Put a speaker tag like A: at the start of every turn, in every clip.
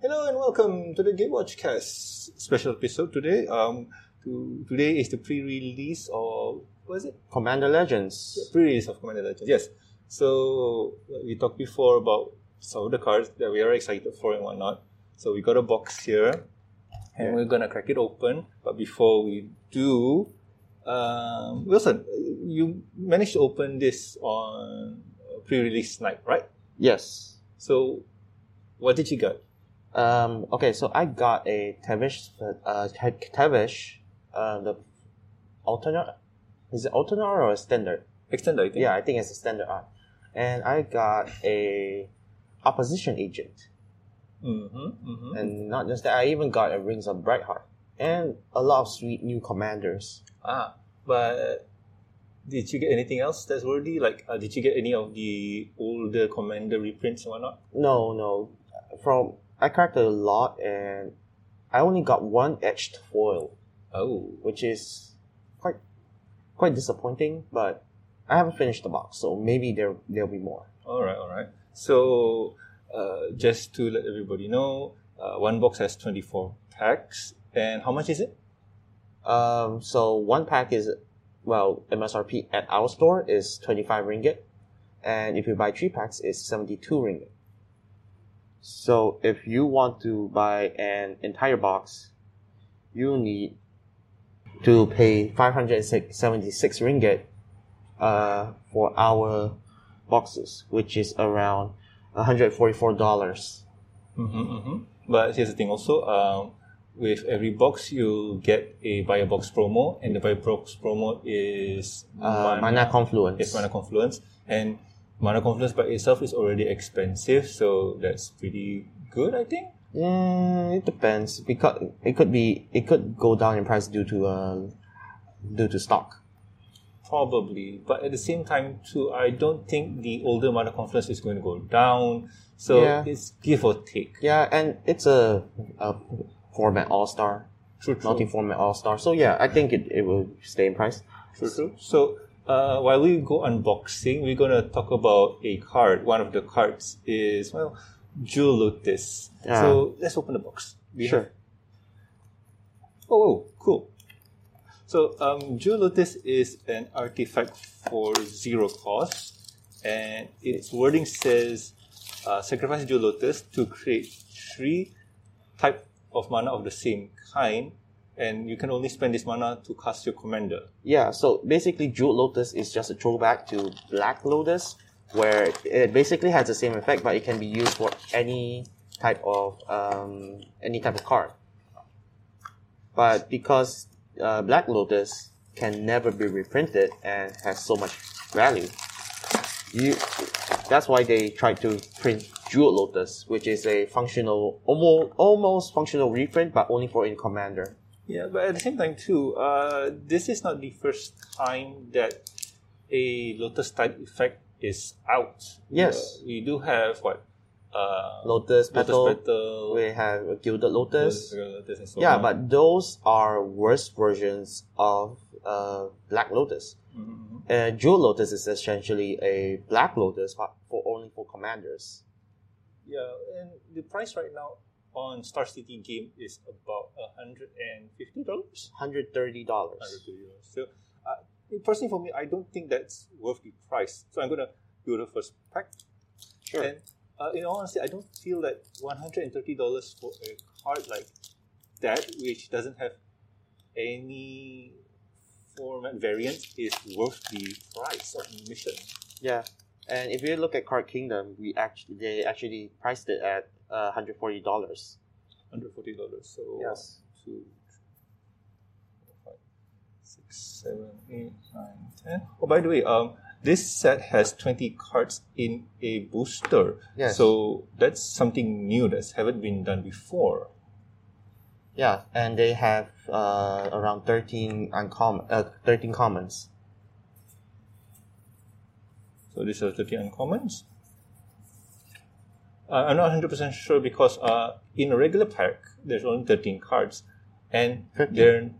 A: Hello and welcome to the Game Watch Cast special episode today. Um, to, today is the pre-release of what is it?
B: Commander Legends.
A: Pre-release of Commander Legends. Yes. So like we talked before about some of the cards that we are excited for and whatnot. So we got a box here, and we're gonna crack it open. But before we do, um, Wilson, you managed to open this on uh, pre-release night, right?
B: Yes.
A: So what did you get?
B: Um, okay, so I got a Tavish, uh, Te- Tavish, uh, the alternate, is it alternate or a standard?
A: Extender, I think.
B: Yeah, I think it's a standard art. And I got a opposition agent.
A: Mm-hmm, mm-hmm.
B: And not just that, I even got a Rings of Brightheart. And a lot of sweet new commanders.
A: Ah, but did you get anything else that's worthy? Like, uh, did you get any of the older Commander reprints and whatnot?
B: No, no. From I cracked a lot and I only got one etched foil.
A: Oh,
B: which is quite quite disappointing. But I haven't finished the box, so maybe there there'll be more.
A: all right, all right. So, uh, just to let everybody know, uh, one box has twenty-four packs, and how much is it?
B: Um, so one pack is well MSRP at our store is twenty five ringgit, and if you buy three packs, it's seventy two ringgit. So if you want to buy an entire box, you need to pay five hundred seventy six ringgit uh, for our boxes, which is around one hundred forty four dollars.
A: Mm-hmm, mm-hmm. But here's the thing also, um, with every box, you get a buy a box promo, and the buy box promo is
B: Uh,
A: one-
B: Mana Confluence.
A: It's Mana Confluence, and Mana Confluence by itself is already expensive, so that's pretty good, I think.
B: Yeah, it depends because it could be it could go down in price due to uh due to stock.
A: Probably, but at the same time, too, I don't think the older Mana Confluence is going to go down, so
B: Yeah.
A: it's give or take.
B: Yeah, and it's a, a format all star,
A: True, true.
B: multi format all star. So yeah, I think it, it will stay in price.
A: True, true. So, uh, while we go unboxing, we're going to talk about a card. One of the cards is, well, Jewel Lotus.
B: Yeah.
A: So, let's open the box. We
B: Ah. Sure.
A: Oh, oh, cool. So, um, Jewel Lotus is an artifact for zero cost, and its wording says uh, sacrifice Jewel Lotus to create three type of mana of the same kind, and you can only spend this mana to cast your commander.
B: Yeah, so basically Jewel Lotus is just a throwback to Black Lotus, where it basically has the same effect, but it can be used for any type of um, any type of card. But because uh, Black Lotus can never be reprinted and has so much value, you that's why they tried to print Jewel Lotus, which is a functional, almost almost functional reprint, but only for in Commander.
A: Yeah, but at the same time too, uh, this is not the first time that a lotus type effect is out.
B: Yes.
A: Uh, we do have what uh, lotus
B: Lotus Petal.
A: petal,
B: We have a Gilded
A: lotus,
B: Lotus.
A: lotus and so
B: Yeah,
A: on.
B: but those are worse versions of uh, Black Lotus.
A: Mhm.
B: Uh, Jewel Lotus is essentially a Black Lotus, but for only for commanders.
A: yeah, and the price right now on Star City game is about hundred and fifty dollars.
B: Hundred thirty dollars.
A: So, uh, personally for me, I don't think that's worth the price. So I'm gonna do the first pack.
B: Sure.
A: And uh, in all honesty, I don't feel that one hundred and thirty dollars for a card like that, which doesn't have any format variant, is worth the price of admission.
B: yeah, and if you look at Card Kingdom, we actually they actually priced it at uh, hundred forty dollars.
A: Hundred forty dollars. So
B: Yes.
A: one, two, three, four, five, six, seven, eight, nine, ten. Oh, by the way, um, this set has twenty cards in a booster.
B: Yes.
A: So that's something new that's haven't been done before.
B: Yeah, and they have uh, around thirteen uncommon, uh, thirteen commons.
A: So these are 30 uncommons. Uh, I'm not 100% sure because uh, in a regular pack, there's only 13 cards and there are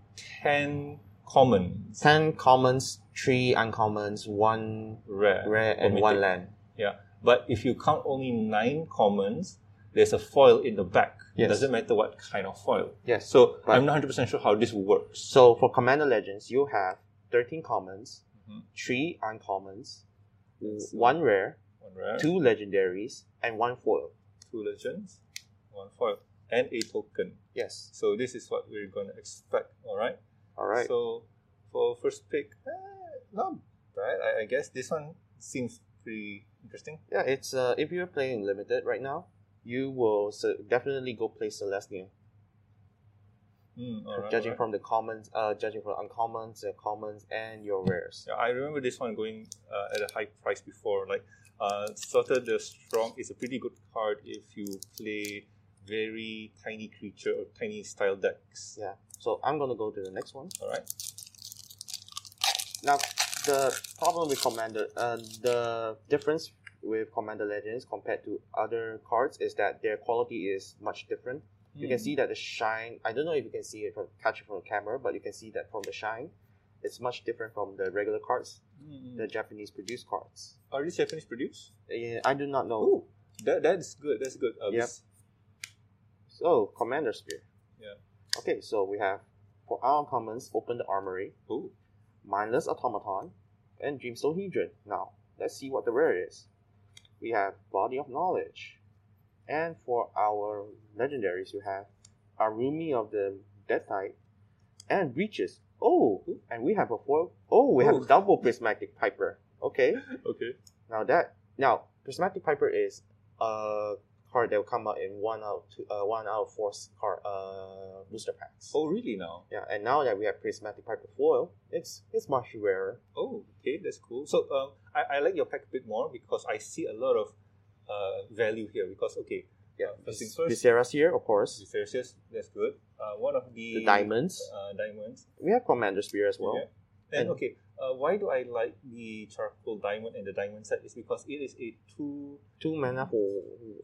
A: 10 commons,
B: Ten commons, three uncommons, one
A: rare,
B: rare, and
A: or
B: one
A: mythic.
B: land.
A: Yeah. But if you count only 9 commons, there's a foil in the back.
B: Yes.
A: Doesn't matter what kind of foil.
B: Yes.
A: So
B: Right.
A: I'm not 100% sure how this works.
B: So for Commander Legends, you have 13 commons,
A: Mhm.
B: 3 uncommons,
A: Yes.
B: 1 rare,
A: One rare,
B: 2 legendaries, and 1 foil.
A: two legends, one foil, and a token.
B: Yes.
A: So this is what we're going to expect, all right?
B: All right.
A: So for first pick, eh, not bad. I, I guess this one seems pretty interesting.
B: yeah, it's uh, if you're playing limited right now, you will se- definitely go play Celestia.
A: Mm, all right,
B: judging
A: all right.
B: from the commons, uh, judging from uncommons, the commons, and your rares.
A: Yeah, I remember this one going uh, at a high price before. Like, uh, Slaughter the Strong is a pretty good card if you play very tiny creature or tiny style decks.
B: Yeah. So I'm gonna go to the next one.
A: All right.
B: Now, the problem with Commander, uh, the difference with Commander Legends compared to other cards is that their quality is much different. You can
A: Hmm.
B: see that the shine. I don't know if you can see it from catch it from the camera, but you can see that from the shine, it's much different from the regular cards,
A: Hmm,
B: the
A: hmm.
B: Japanese produced cards.
A: Are these Japanese produced?
B: Uh, I do not know.
A: Oh, that, that's good. That's good. Uh,
B: Yep.
A: this-
B: So Commander Spear.
A: Yeah.
B: Okay, so we have for our commons, open the armory,
A: Oh,
B: mindless automaton, and dreamstone hedron. Now let's see what the rare is. We have body of knowledge, and for our legendaries, you have Arumi of the Death Type, and breaches. Oh, and we have a foil. Oh, we
A: Ooh.
B: have double prismatic piper. Okay.
A: okay.
B: Now that now prismatic piper is a card that will come out in one out of two, uh, one out of four s- card uh, booster packs.
A: Oh, really now?
B: Yeah, and now that we have prismatic piper foil, it's it's much rarer.
A: Oh, okay, that's cool. So um, I, I like your pack a bit more because I see a lot of uh, value here. Because okay,
B: Yeah,
A: Uh, first things first.
B: Viserys here, of course.
A: the Celsius, that's good. Uh, one of the,
B: The diamonds.
A: uh, diamonds.
B: We have commander spear as well.
A: Yeah. And
B: And-
A: okay, uh, why do I like the charcoal diamond and the diamond set? Is because it is a two
B: Two mana for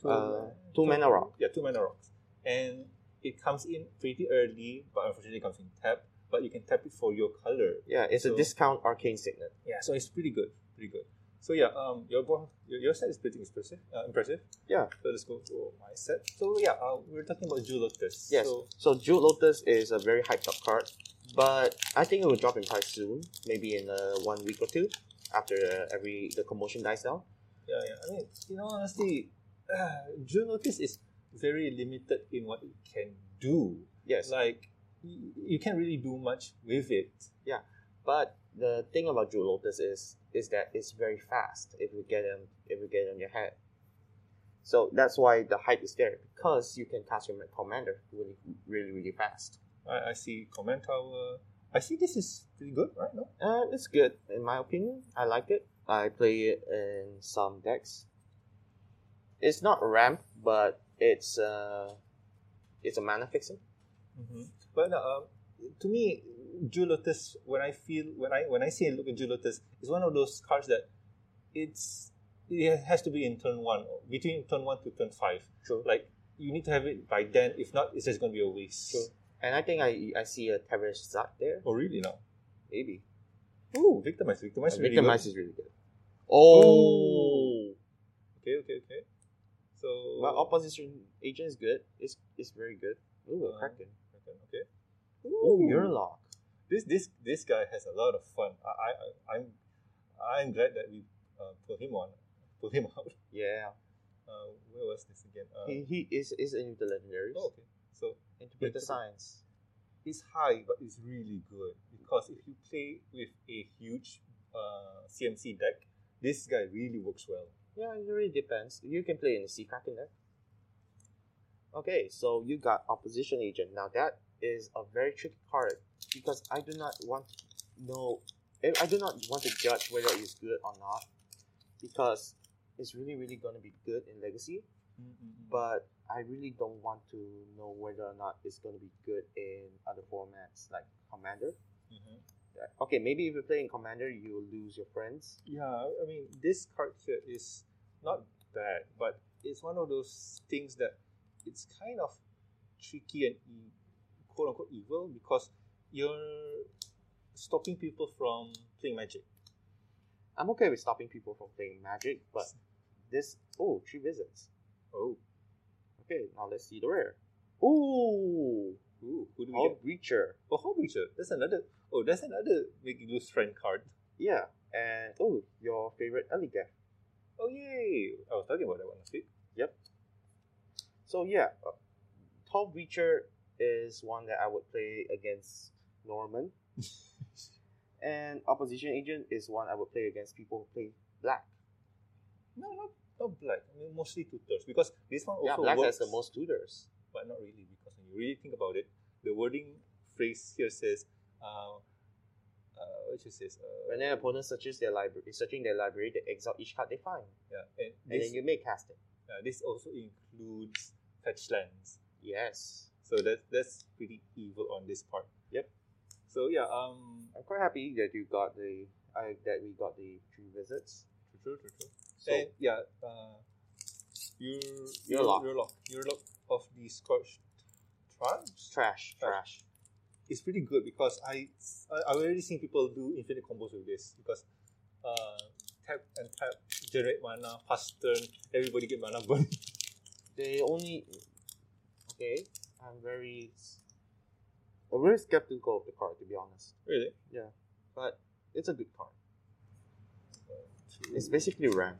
A: two,
B: uh, two mana rock.
A: Yeah, two mana rocks, and it comes in pretty early, but unfortunately it comes in tap. But you can tap it for your color.
B: Yeah, it's
A: So-
B: a discount arcane signet.
A: Yeah, so it's pretty good, pretty good. So yeah, um, your bo- your, your set is pretty impressive. Uh, impressive.
B: Yeah.
A: So let's go to my set. So yeah, uh, we we're talking about Julotus.
B: Yes.
A: So,
B: So, Jude Lotus is a very hyped up card, but I think it will drop in price soon, maybe in uh, one week or two, after uh, every the commotion dies down.
A: yeah, yeah. I mean, you know, honestly, uh, Julotus is very limited in what it can do.
B: Yes.
A: Like, y- you can't really do much with it.
B: But the thing about Jewel Lotus is is that it's very fast if you get them if you get it on your head. So that's why the hype is there because you can cast your commander really really really fast.
A: I, I see comment tower. I see this is pretty good, right? No.
B: Uh, it's good in my opinion. I like it. I play it in some decks. It's not ramp, but it's uh, it's a mana fixer.
A: Mm-hmm. But no, um, to me, Julotus, when I feel when I when I see and look at Julotus, is one of those cards that it's it has to be in turn one between turn one to turn five.
B: True.
A: Like you need to have it by then. If not, it's just going to be a waste.
B: True. And I think I I see a Tavarish Zot there.
A: Oh really? No.
B: Maybe.
A: Ooh, victimize, victimize,
B: Uh,
A: really
B: Victimize
A: good.
B: is really good. Oh.
A: Ooh. Okay, okay, okay. So
B: Well, opposition agent is good. It's it's very good. Ooh, a
A: Uh,
B: Kraken.
A: okay, okay.
B: Uh-huh. Ooh, Urlock.
A: this this this guy has a lot of fun. I I I- I'm I'm glad that we uh, put him on, put him out.
B: Yeah.
A: Uh, where was this again? Uh,
B: He, he is is in the legendaries.
A: Oh, okay. So
B: Interpret the
A: Interpret-
B: signs.
A: it's high, but it's really good because if you play with a huge uh, CMC deck, this guy really works well.
B: Yeah, it really depends. You can play in the Sea Kraken deck. Okay, so you got opposition agent. Now that is a very tricky card because I do not want to know. eh, I I do not want to judge whether it's good or not because it's really really going to be good in Legacy.
A: But
B: but I really don't want to know whether or not it's going to be good in other formats like Commander.
A: Mm-hmm.
B: Like, Okay, maybe if you play in Commander, you lose your friends.
A: yeah, I mean this card here is not bad, but it's one of those things that it's kind of tricky and e- quote unquote evil because you're stopping people from playing Magic.
B: I'm okay with stopping people from playing Magic, but this oh three visits.
A: Oh,
B: Okay, now let's see the rare. Ooh,
A: Ooh, who do we
B: Hall
A: get?
B: Breacher.
A: Oh, Hall Breacher. That's another. Oh, that's another make you lose friend card.
B: Yeah, and oh, your favorite Ellie
A: Oh, yay! I was talking about that one last week.
B: Yep. So yeah, uh, Tom Reacher is one that I would play against Norman, and Opposition Agent is one I would play against people who play Black.
A: No, not, not black. I mean, mostly tutors because this one also
B: yeah, Black
A: works,
B: has the most tutors.
A: but not really because when you really think about it, the wording phrase here says, uh, uh, what it says, uh,
B: When an opponent searches their library, searching their library, they exile each card they find,
A: yeah, and
B: and
A: this,
B: then you may cast it.
A: uh, this also includes fetch lands.
B: Yes,
A: So that that's pretty evil on this part.
B: Yep.
A: So yeah, um,
B: I'm quite happy that you got the uh, that we got the three visits.
A: true, true, true, true.
B: So
A: and yeah, uh, your
B: Your lock.
A: your lock, your lock of the scorched tribes
B: trash, trash.
A: is pretty good because I I- I've already seen people do infinite combos with this because uh, tap and tap generate mana, pass turn, everybody get mana burn.
B: they only okay i'm very i'm very skeptical of the card to be honest
A: really?
B: yeah but it's a good card it's basically ram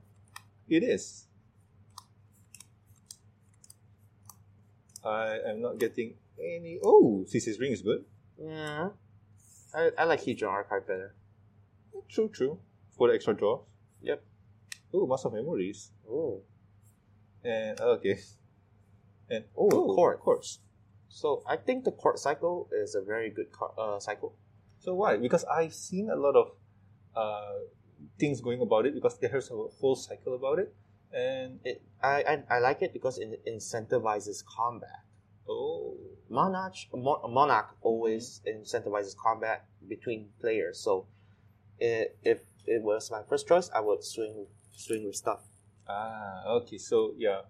A: It is. I am not getting any. Oh, CC's ring is good.
B: yeah i, I like Hedron archive better
A: True, true. For the extra draw.
B: yep
A: Oh, Master of Memories.
B: oh
A: And, okay. And,
B: Oh, Quartz.
A: Quartz.
B: so i think the court cycle is a very good card uh, cycle
A: So why? Because I've seen a lot of uh, things going about it because there's a whole cycle about it. And,
B: it, I, I i like it because it incentivizes combat
A: oh,
B: Monarch, Mon- Monarch always incentivizes combat between players. So, i if it was my first choice, I would swing swing with stuff.
A: ah, okay. So, yeah.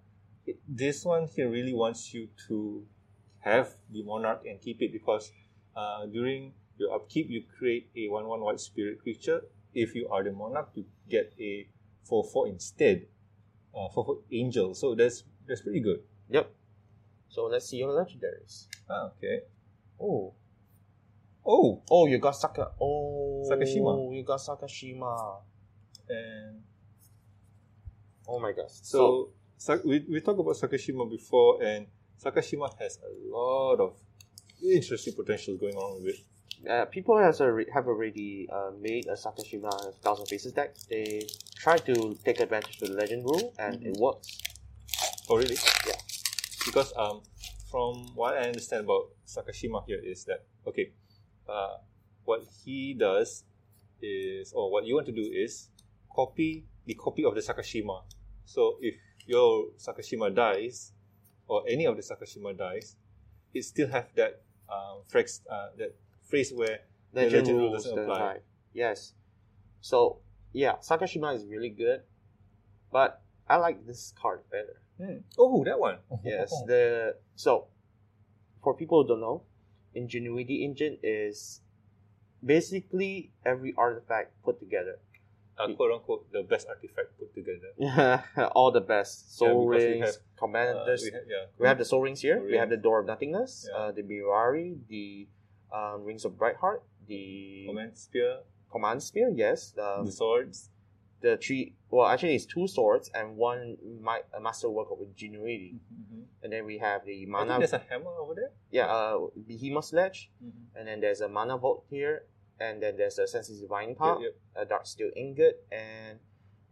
A: It- This one here really wants you to have the Monarch and keep it because uh, during your upkeep, you create a 1 1 white spirit creature. If you are the Monarch, you get a 4 4 instead. Uh, 4 4 angel. So that's that's pretty good.
B: Yep. So let's see your legendaries.
A: Ah, okay.
B: Oh,
A: Oh,
B: oh, you got Saka. Oh,
A: Sakashima.
B: You got Sakashima.
A: and
B: Oh my gosh. So,
A: so, Sa- we, we talked about Sakashima before, and Sakashima has a lot of interesting potential going on with it.
B: uh, people has alre- have already uh, made a Sakashima Thousand Faces deck. They try to take advantage of the legend rule, and it works.
A: Oh, really?
B: Yeah.
A: Because um, from what I understand about Sakashima here is that okay, uh, what he does is, or what you want to do is copy the copy of the Sakashima. So if your Sakashima dies, or any of the Sakashima dies, it still have that um, phrase, uh, that phrase where the
B: legend
A: legend rule
B: rules
A: doesn't
B: the
A: apply.
B: night. Yes. So yeah, Sakashima is really good, but I like this card better.
A: Hmm. oh that one
B: Yes. The so for people who don't know, Ingenuity Engine is basically every artifact put together.
A: uh, quote unquote the best artifact put together.
B: All the best.
A: Yeah,
B: Soul
A: because we
B: rings,
A: have, Uh,
B: commanders.
A: we have, yeah,
B: we have the soul rings here.
A: Soul
B: We have the
A: Rings.
B: door of nothingness.
A: Yeah.
B: Uh, the Mirari. The um, rings of bright heart. The
A: command spear,
B: command spear. Yes. Um,
A: the swords.
B: the three well actually it's two swords and one my, a masterwork of ingenuity
A: Mhm.
B: and then we have the
A: I think
B: mana
A: there's a hammer over there.
B: yeah uh behemoth ledge and then there's a mana vault here and then there's a senses divine
A: Yeah,
B: pot
A: yeah.
B: a dark steel ingot and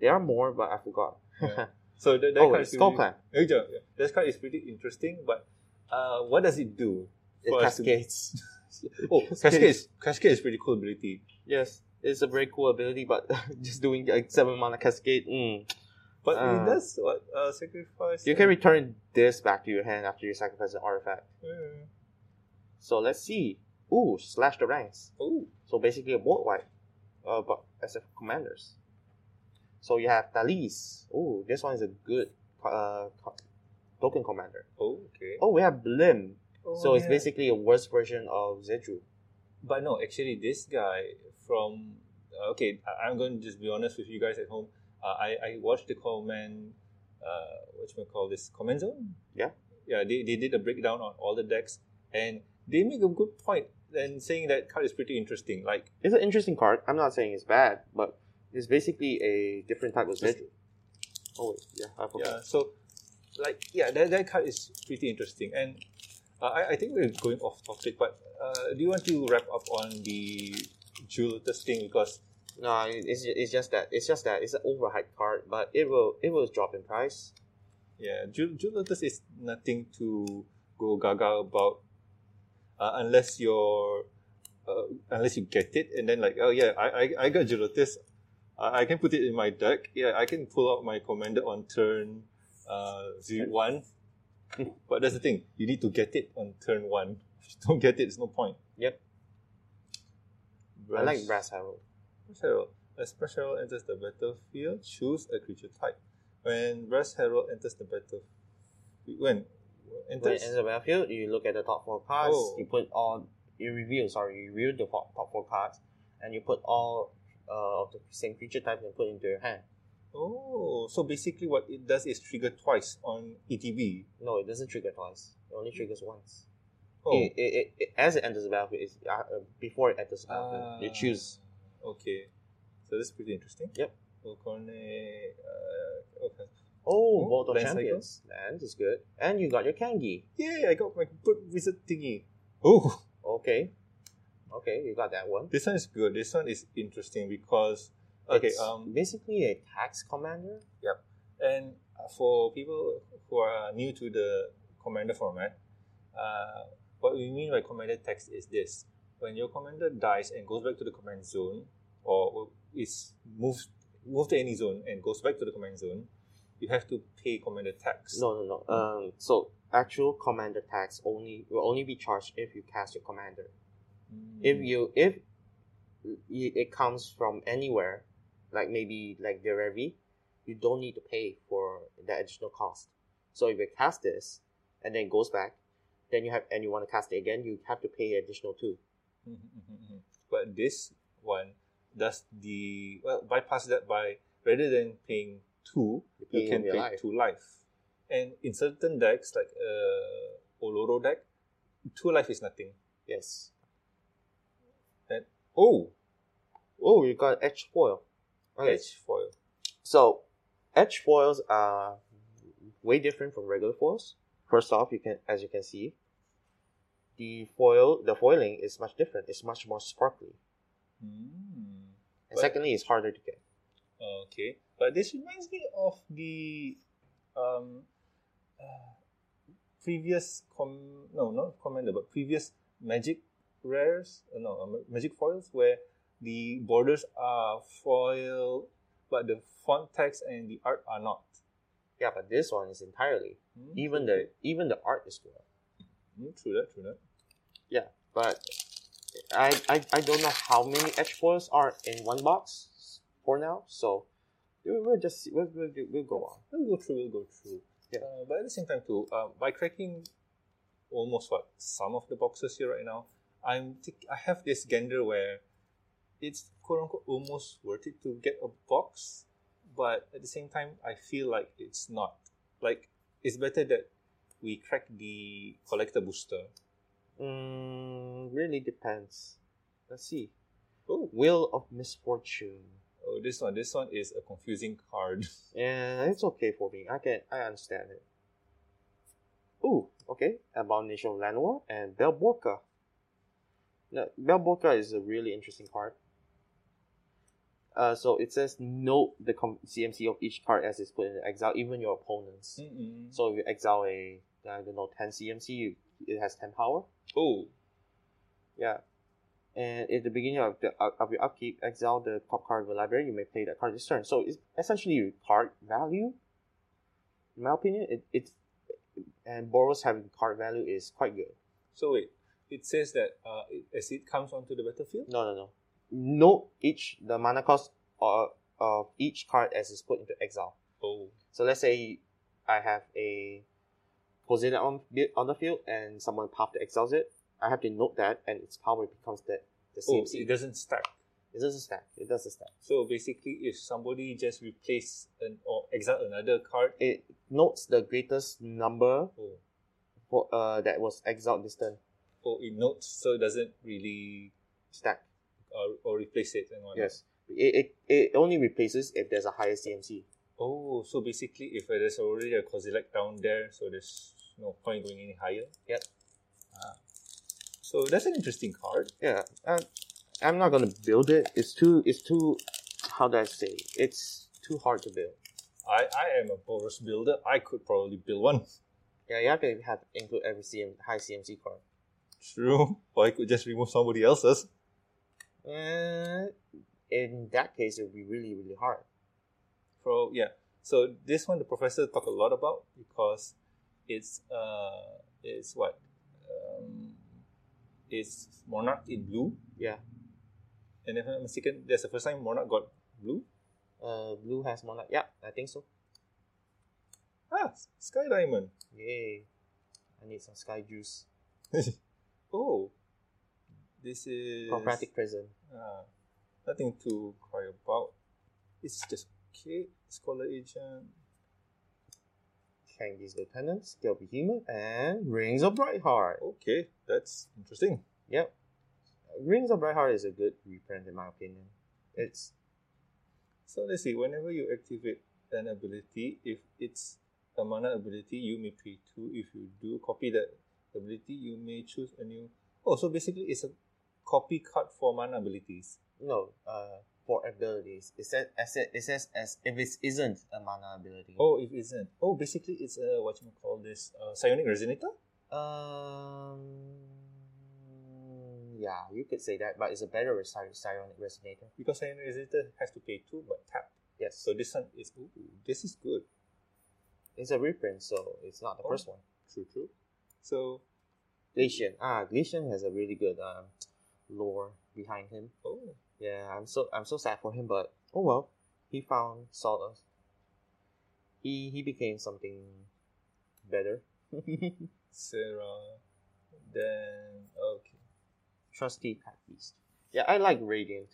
B: there are more but i forgot
A: Yeah. So that, that
B: oh
A: card
B: it's
A: is
B: skull
A: really,
B: clan
A: Yeah, yeah, yeah. That card is pretty interesting, but uh, what does it do?
B: it
A: For us to-
B: cascades
A: Oh, Cascade is, Cascade is pretty cool ability.
B: yes it's a very cool ability but just doing like seven mana cascade mm.
A: But
B: Uh,
A: it does what? Uh, sacrifice.
B: you can return this back to your hand after you sacrifice an artifact
A: Yeah.
B: so let's see ooh slash the ranks
A: Oh,
B: So basically a board wipe, uh, but as a commanders. So you have Thalys. Oh, this one is a good uh, co- token commander.
A: oh, okay.
B: Oh, we have Blim. so it's
A: Oh, yeah.
B: basically a worse version of Zedru.
A: But no, actually, this guy from uh, okay, I- I'm going to just be honest with you guys at home. Uh, I I watched the comment. Uh, what you call this comment zone?
B: Yeah.
A: yeah, they, they did a breakdown on all the decks, and they make a good point and saying that card is pretty interesting. Like,
B: It's an interesting card. I'm not saying it's bad, but it's basically a different type of Zed. Oh wait, yeah, I forgot.
A: yeah, so, like, yeah, that, that card is pretty interesting. And uh, I, I think we're going off topic, but uh, do you want to wrap up on the jewel thing? Because,
B: No, it's, ju- it's just that it's just that it's an overhyped card, but it will it will drop in price.
A: yeah, jewel Lotus is nothing to go gaga about uh, unless you're. Uh, unless you get it, and then like, oh yeah, I I, I got Gelotus. I, I can put it in my deck. Yeah, I can pull out my commander on turn uh, zero- one. but that's the thing, you need to get it on turn one. If you don't get it, it's no point.
B: Yep, I like Brass Herald.
A: Brass Herald. As Brass Herald enters the battlefield, choose a creature type. When Brass Herald enters the battlefield, when
B: When
A: enters,
B: it enters the battlefield, you look at the top four cards.
A: Oh.
B: You put all you reveal. Sorry, you reveal the top, top four cards, and you put all uh, of the same creature type and put into your hand.
A: oh, so basically what it does is trigger twice on E ETB.
B: No, it doesn't trigger twice. It only triggers once.
A: Oh,
B: It, it, it, it- as it enters the battlefield, it's, uh, uh, before it enters the battlefield, you
A: Ah.
B: choose.
A: Okay, so that's pretty interesting.
B: Yep.
A: Okone, uh, okay.
B: Oh,
A: Hmm,
B: World of
A: Land
B: Champions. Land is good. And you got your Kangi.
A: Yay, I got my good wizard thingy. Oh,
B: Okay. Okay, you got that one.
A: this one is good. This one is interesting because, okay,
B: It's
A: um,
B: basically a tax commander.
A: And uh, for people who are new to the commander format, uh, what we mean by commander text is this: when your commander dies and goes back to the command zone, or is moved moved to any zone and goes back to the command zone, you have to pay commander tax. Mm.
B: No, no, no. Um, so actual commander tax only will only be charged if you cast your commander.
A: Mm.
B: If you if y- it comes from anywhere, like maybe like the Revi, you don't need to pay for the additional cost. So if you cast this and then it goes back, then you have and you want to cast it again, you have to pay additional two.
A: Mhm, mhm, mhm. but this one does the well bypass that by rather than paying two,
B: You pay
A: you can
B: on your
A: pay
B: life.
A: two life. And in certain decks, like uh, Oloro deck, two life is nothing.
B: Yes.
A: And oh,
B: Oh, you got edge foil. Okay,
A: edge foil.
B: So, edge foils are way different from regular foils. First off, you can, as you can see, the foil, the foiling is much different. It's much more sparkly,
A: Mm,
B: and
A: But-
B: secondly, it's harder to get.
A: okay, but this reminds me of the um, uh, previous com no not commander but previous magic rares uh, no uh, ma- magic foils where the borders are foil but the font text and the art are not.
B: Yeah, but this one is entirely
A: Hmm?
B: even the even the art is good.
A: Hmm, true that true that.
B: Yeah, but I, I I don't know how many edge foils are in one box for now. So we- we'll just we'll, we'll, we'll go on.
A: We'll go through, we'll go through.
B: Yeah.
A: Uh, but at the same time, too, uh, by cracking almost what some of the boxes here right now, I'm th- I have this gander where it's quote unquote almost worth it to get a box, but at the same time, I feel like it's not. Like it's better that we crack the collector booster.
B: Mm, really depends. Let's see.
A: Oh,
B: Wheel of Misfortune.
A: oh, this one, this one is a confusing card.
B: Yeah, it's okay for me. I can I understand it. Ooh, okay. Abomination of Llanowar and Belborka. Now, Belborka is a really interesting card. Uh, so it says note the com- CMC of each card as it's put in exile, even your opponents.
A: Mm-hmm. Mm-mm.
B: So if you exile a, I don't know, 10 CMC, you, it has 10 power.
A: Oh,
B: Yeah. And at the beginning of the of your upkeep, exile the top card of the library. You may play that card this turn. So it's essentially your card value. In my opinion, it, it's and Boros having card value is quite good.
A: so wait, it says that uh, it, as it comes onto the battlefield.
B: No, no, no. Note each the mana cost of, of each card as it's put into exile.
A: Oh,
B: So let's say I have a Poseidon on, on the field and someone path that exiles it. I have to note that and its power becomes that the
A: oh,
B: same.
A: it doesn't stack.
B: it doesn't stack. It doesn't stack.
A: So basically, if somebody just replace an, or exile another card,
B: it notes the greatest number
A: oh,
B: for, uh, that was exiled this turn.
A: Oh, it notes, so it doesn't really
B: Stack.
A: or, or replace it and all that.
B: Yes. It, it, it only replaces if there's a higher CMC.
A: Oh, so basically, if there's already a Kozilek down there, so there's no point going any higher. Ah.
B: Yep.
A: So that's an interesting card.
B: Yeah. Uh, I'm not gonna build it. It's too. It's too. How do I say? It's too hard to build.
A: I, I am a Boros builder. I could probably build one.
B: Yeah, you have to have include every CM high CMC card.
A: True. Or I could just remove somebody else's.
B: Uh, in that case, it would be really really hard.
A: Pro, yeah. So this one the professor talked a lot about because it's uh it's what um, it's monarch in blue
B: Yeah.
A: and if I'm not mistaken that's the first time monarch got blue
B: Uh, blue has monarch. Yeah, I think so.
A: ah sky diamond
B: Yay! I need some sky juice.
A: oh this is
B: Prophetic prison.
A: Ah, nothing to cry about it's just okay scholar agent
B: Kangi's lieutenant, skill behemoth, and rings of Brightheart.
A: okay that's interesting
B: Yep. Rings of Brightheart is a good reprint in my opinion. It's
A: So let's see, whenever you activate an ability, if it's a mana ability, you may pay two. If you do copy that ability, you may choose a new. Oh, so basically it's a copy card for mana abilities.
B: no uh for abilities. It says as it, it says as if it isn't a mana ability.
A: Oh, if it isn't. Oh, basically it's a, what you call this, uh, psionic resonator?
B: Um yeah, you could say that, but it's a better res- psionic resonator.
A: Because psionic resonator has to pay two but tap.
B: Yes.
A: So this one is, ooh, this is good.
B: it's a reprint, so it's not the
A: Oh.
B: first one.
A: True, true. So,
B: Glacian. Ah, Glacian has a really good um lore behind him.
A: oh,
B: Yeah, I'm so I'm so sad for him, but oh well. He found solace. He he became something better.
A: Sarah, then, okay.
B: Trusty cat beast. Yeah, I like Radiant,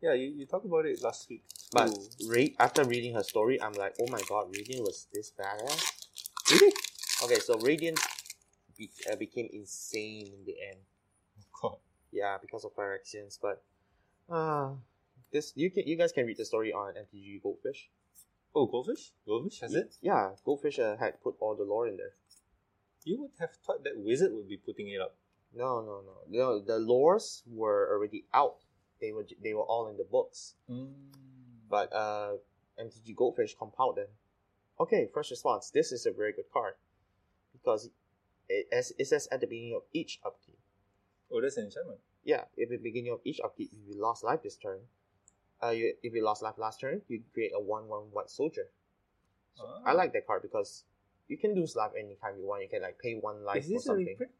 A: Yeah, you, you talked about it last week. Oh,
B: but
A: too.
B: Ra- after reading her story, I'm like, oh my god, Radiant was this badass.
A: really?
B: Okay, so Radiant be- uh, became insane in the end.
A: God.
B: Yeah, because of her actions, but uh this you can you guys can read the story on MTG Goldfish.
A: Oh, goldfish? Goldfish has it?
B: Yeah, Goldfish uh, had put all the lore in there.
A: You would have thought that wizard would be putting it up.
B: No, no, no. No, the lores were already out. They were j- they were all in the books,
A: Mm.
B: but uh, MTG Goldfish compiled them. Okay, first response. This is a very good card because it, as it says at the beginning of each upkeep.
A: Oh, that's an enchantment.
B: Yeah, if at the beginning of each upkeep if you lost life this turn, uh, you, if you lost life last turn, you create a one-one white soldier.
A: Ah.
B: I like that card because you can lose life anytime you want. You can like pay one life
A: Ah. Is
B: or
A: this a
B: something.
A: reprint?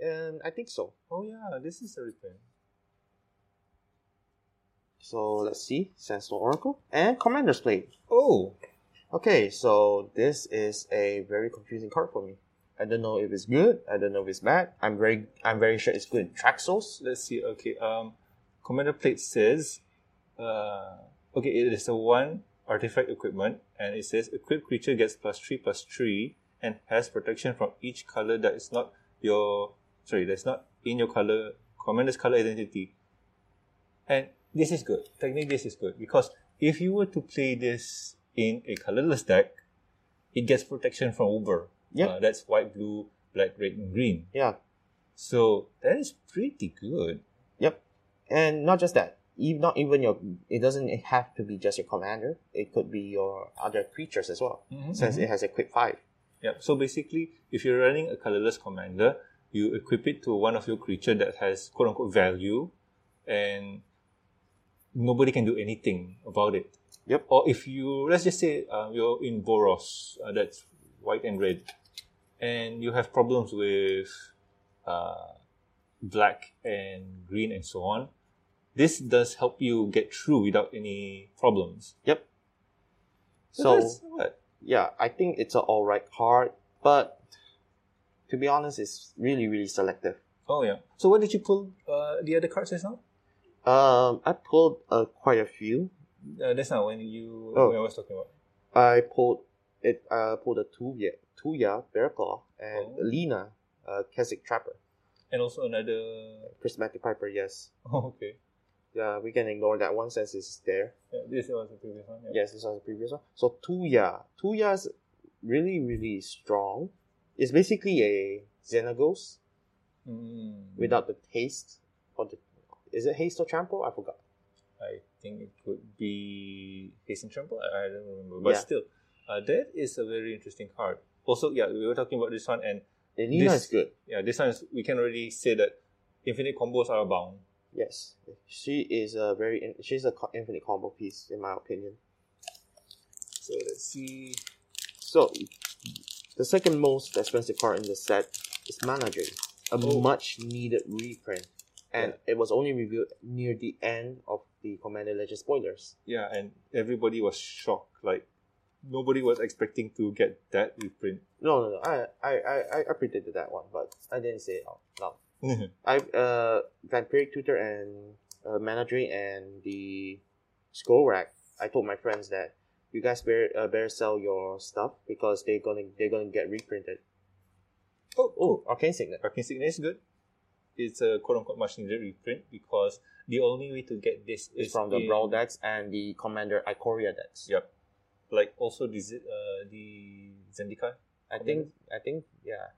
B: And I think so.
A: Oh yeah, this is a reprint.
B: So let's see, Sandstorm Oracle and Commander's Blade.
A: Oh,
B: Okay, so this is a very confusing card for me. I don't know if it's good. I don't know if it's bad. I'm very, I'm very sure it's good. Traxos.
A: let's see. Okay, um, commander plate says, uh, okay, it is a one artifact equipment, and it says equipped creature gets plus three plus three and has protection from each color that is not your sorry that's not in your color commander's color identity. And this is good. Technically, this is good because if you were to play this in a colorless deck, it gets protection from Uber.
B: Yeah.
A: Uh, that's white, blue, black, red, and green.
B: Yeah.
A: So that is pretty good.
B: Yep. And not just that. Even not even your. It doesn't have to be just your commander. It could be your other creatures as well,
A: Mhm,
B: since it has a quick five.
A: Yep. So basically, if you're running a colorless commander, you equip it to one of your creature that has quote unquote value, and nobody can do anything about it.
B: Yep.
A: Or if you let's just say uh, you're in Boros, uh, that's white and red, and you have problems with uh, black and green and so on. This does help you get through without any problems.
B: Yep.
A: that's what?
B: yeah, I think it's an alright card, but to be honest, it's really, really selective.
A: Oh yeah. So what did you pull uh, the other cards just now?
B: Um, I pulled uh, quite a few.
A: Uh, that's not when you
B: Oh.
A: when I was talking about.
B: I pulled it uh, pulled a Tuya, Tuya Bearclaw, and
A: Oh.
B: Lena, uh, Keswick Trapper.
A: And also another.
B: Prismatic Piper, yes.
A: Oh, okay.
B: Yeah, we can ignore that one since it's there.
A: Yeah, this was the previous one. Yeah.
B: Yes, this was the previous one. So Tuya. Tuya is really, really strong. It's basically a Xenagos
A: Mm,
B: without the taste or the is it haste or trample? I forgot.
A: I think it could be Hasten Trample. I, I don't remember. But
B: Yeah.
A: still, uh, that is a very interesting card. Also, yeah, we were talking about this one, and
B: Elena
A: This-
B: is good.
A: yeah, this one is, we can already say that infinite combos are a bound.
B: Yes, she is a very in- she's a co- infinite combo piece in my opinion.
A: So let's see.
B: So the second most expensive card in the set is Mana Drain, a
A: Oh.
B: much needed reprint, and it was only revealed near the end of the Commander Legends spoilers.
A: Yeah, and everybody was shocked. Like nobody was expecting to get that reprint.
B: No, no, no. I, I, I, I- I predicted that one, but I didn't say it out loud. I uh Vampiric Tutor and uh, Mana Drain and the Scroll Rack. I told my friends that you guys better uh, better sell your stuff because they're gonna they're gonna get reprinted.
A: oh, oh,
B: Arcane Signet.
A: Arcane Signet is good. It's a quote unquote much needed reprint because the only way to get this
B: It's
A: is
B: from the
A: in-
B: Brawl decks and the Commander Ikoria decks.
A: Yep. Like also the Z- uh, the Zendikar.
B: I think I think yeah.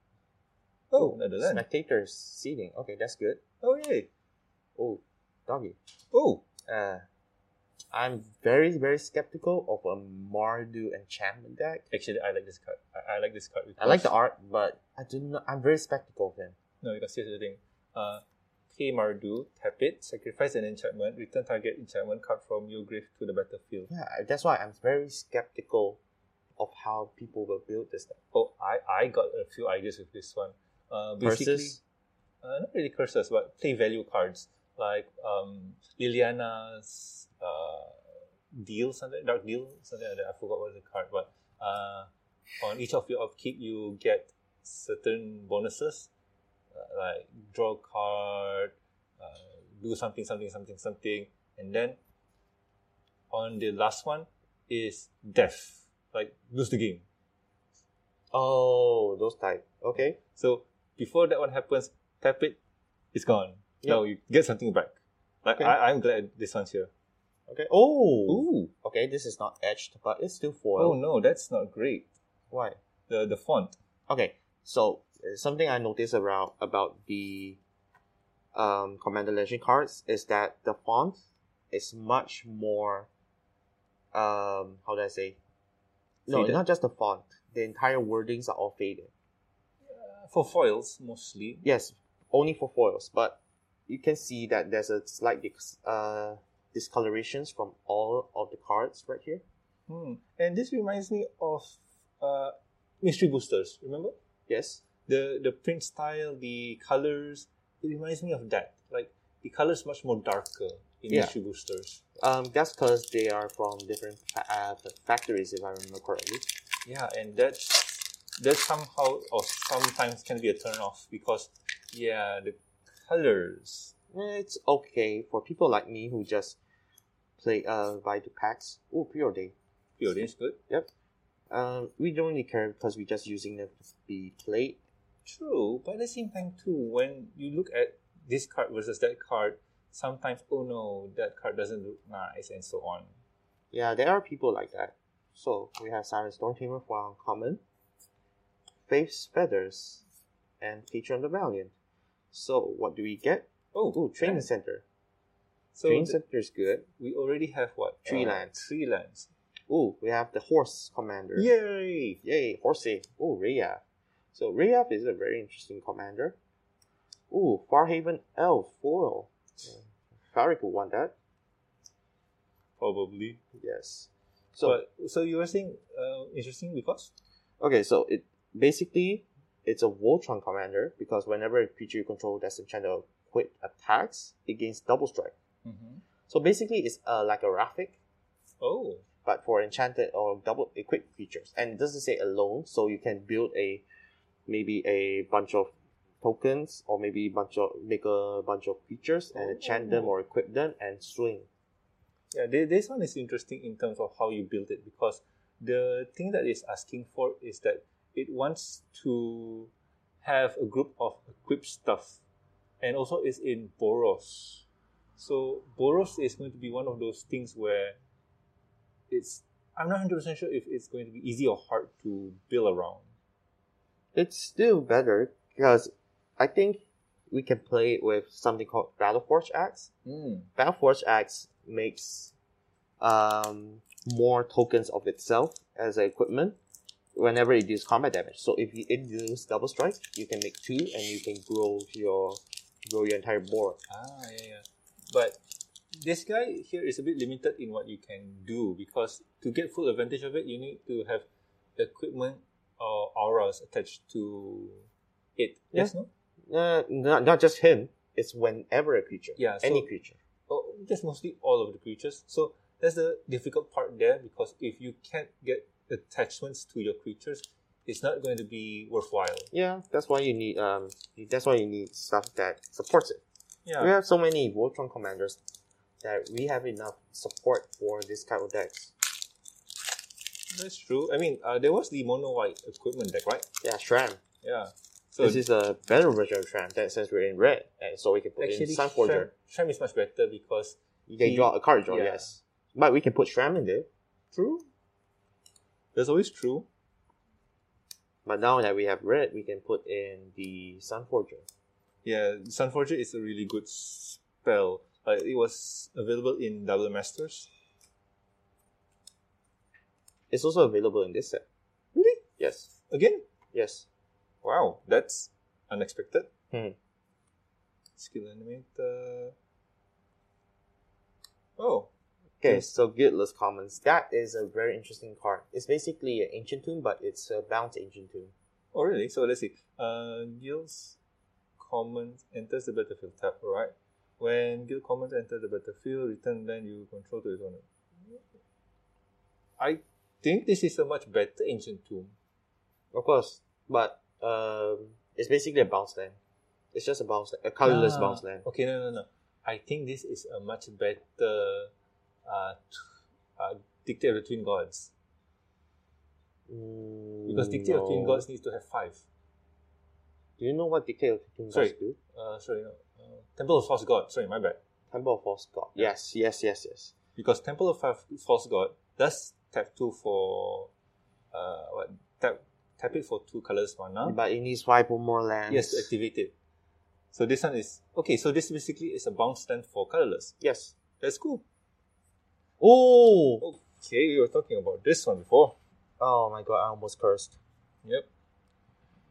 A: Oh, another land.
B: Spectators seeding. Okay, that's good.
A: Oh yay.
B: Oh, doggy.
A: Oh.
B: Uh, I'm very very skeptical of a Mardu enchantment deck.
A: Actually, I like this card. I, I like this card.
B: I like the art, but I do not. I'm very skeptical of him.
A: No, because here's the thing. Uh, pay Mardu, tap it, sacrifice an enchantment, return target enchantment card from your grave to the battlefield.
B: Yeah, I- that's why I'm very skeptical of how people will build this deck.
A: Oh, I, I got a few ideas with this one. Uh, basically,
B: Versus,
A: uh, not really curses, but play value cards like um, Liliana's uh, deal, something dark deal, something like that. I forgot what the card, but uh, on each of your upkeep, you get certain bonuses uh, like draw a card, uh, do something, something, something, something, and then on the last one is death, like lose the game.
B: oh, those type. Okay,
A: So before that one happens, tap it, it's gone.
B: Yeah.
A: Now you get something back. Like
B: Okay.
A: I, I'm glad this one's here.
B: okay. Oh,
A: Ooh.
B: okay. This is not etched, but it's still
A: Oh
B: foil.
A: no, that's not great.
B: Why?
A: The the font.
B: Okay, so uh, something I noticed around about the um, Commander Legend cards is that the font is much more. Um, how do I say? No,
A: Faded?
B: not just the font. The entire wordings are all faded.
A: For foils mostly.
B: Yes, only for foils, but you can see that there's a slight dis- uh, discolorations from all of the cards right here.
A: Hmm. And this reminds me of uh, mystery boosters, remember?
B: Yes.
A: The the print style, the colours, it reminds me of that. Like the colours much more darker in
B: Yeah.
A: mystery boosters.
B: Um, that's because they are from different fa- uh, factories, if I remember correctly.
A: Yeah, and that's that somehow or sometimes can be a turn off because yeah, the colors.
B: It's okay for people like me who just play uh buy the packs. Oh, pre day.
A: Your is good.
B: Um, we don't really care because we're just using them to be played.
A: True, but at the same time too, when you look at this card versus that card, sometimes oh no, that card doesn't look nice and so on.
B: Yeah, there are people like that. So we have Siren Stormtamer for our common, Faith's Feathers, and Patron the Valiant. So what do we get?
A: Oh,
B: Oh, Training
A: yeah.
B: Center.
A: So
B: training
A: th-
B: Center is good.
A: we already have what Uh,
B: Three lands.
A: Three lands.
B: Oh, we have the Horse Commander.
A: Yay!
B: Yay, Horsey. Oh, Rayaf. So Rayaf is a very interesting commander. Ooh, Farhaven Elf foil. Yeah. Farik would want that.
A: Probably.
B: Yes. So
A: So, but, so you were saying uh, interesting because
B: Okay, so it basically it's a Voltron commander because whenever a creature you control that's enchanted or quit attacks, it gains double strike. So basically, it's uh, like a Rafik,
A: oh
B: but for enchanted or double equipped creatures, and it doesn't say alone, so you can build a maybe a bunch of tokens or maybe bunch of make a bunch of creatures and enchant them
A: Oh.
B: or equip them and swing.
A: Yeah, thi- this one is interesting in terms of how you build it because the thing that it's asking for is that it wants to have a group of equipped stuff, and also it's in Boros. So Boros is going to be one of those things where it's I'm not hundred percent sure if it's going to be easy or hard to build around.
B: It's still better because I think we can play it with something called Battleforge Axe.
A: Mm.
B: Battleforge Axe makes um, more tokens of itself as an equipment whenever it deals combat damage. So if you- it deals double strike, you can make two and you can grow your grow your entire board.
A: Ah, yeah, yeah. But this guy here is a bit limited in what you can do because to get full advantage of it, you need to have equipment or auras attached to it.
B: Yeah.
A: Yes, no?
B: Uh, not, not just him. It's whenever a creature.
A: Yeah, so-
B: any creature.
A: Oh, that's mostly all of the creatures. So that's the difficult part there because if you can't get attachments to your creatures, it's not going to be worthwhile.
B: Yeah, that's why you need um. That's why you need stuff that supports it. We have so many Voltron commanders that we have enough support for this type of decks.
A: that's true. I mean, uh, there was the mono white equipment deck, right?
B: Yeah, Shram.
A: Yeah. So
B: This is a better version of Shram that since we're in red, and so we can put
A: actually,
B: in Sunforger.
A: Shram, Shram is much better because
B: You can draw a card draw,
A: Yeah.
B: yes. But we can put Shram in there.
A: True. That's always true.
B: But now that we have red, we can put in the Sunforger.
A: Yeah, Sunforger is a really good spell. Uh, it was available in Double Masters.
B: It's also available in this set.
A: Really?
B: Yes.
A: Again?
B: Yes.
A: Wow, that's unexpected.
B: Hmm.
A: Skill animator. Oh,
B: Okay,
A: Yes.
B: so Guildless Commons. That is a very interesting card. It's basically an ancient tomb, but it's a bound ancient tomb.
A: oh really? So let's see. Uh, guilds commons enters the battlefield tab. Alright. When guild commons enter the battlefield, return land you control to its owner. I think this is a much better ancient tomb.
B: Of course, but um, it's basically a bounce land. It's just a bounce, land, a colorless
A: Ah,
B: bounce land.
A: Okay, no, no, no. I think this is a much better uh, t- uh, Dictate of the Twin Gods.
B: Mm,
A: Because Dictate of Twin
B: no.
A: Gods needs to have five.
B: Do you know what Dictate of Twin Gods
A: Sorry.
B: do?
A: Uh, sorry, no. Uh, Temple of False God. Sorry, my bad.
B: Temple of False God.
A: Yeah.
B: Yes, yes, yes, yes.
A: Because Temple of Fa- False God does tap two for. Uh, what? Tap, tap it for two colors mana.
B: But it needs five or more lands.
A: Yes, to activate it. So this one is. Okay, so this basically is a bounce land for colorless.
B: Yes.
A: That's cool.
B: Oh!
A: Okay, we were talking about this one before.
B: Oh my god, I almost cursed.
A: Yep.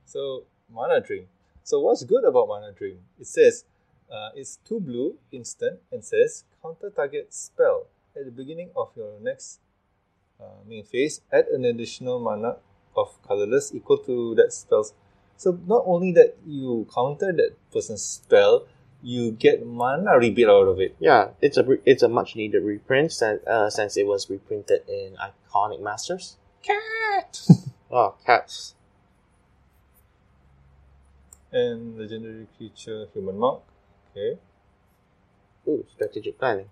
A: So Mana Dream. So what's good about Mana Dream? It says uh, it's two blue instant and says counter target spell at the beginning of your next uh, main phase. Add an additional mana of colorless equal to that spell's. So not only that you counter that person's spell, you get mana rebate out of it.
B: Yeah, it's a re- it's a much needed reprint since uh, since it was reprinted in Iconic Masters.
A: Cat.
B: Oh, cats.
A: and legendary creature human mark. Okay.
B: Ooh, strategic planning.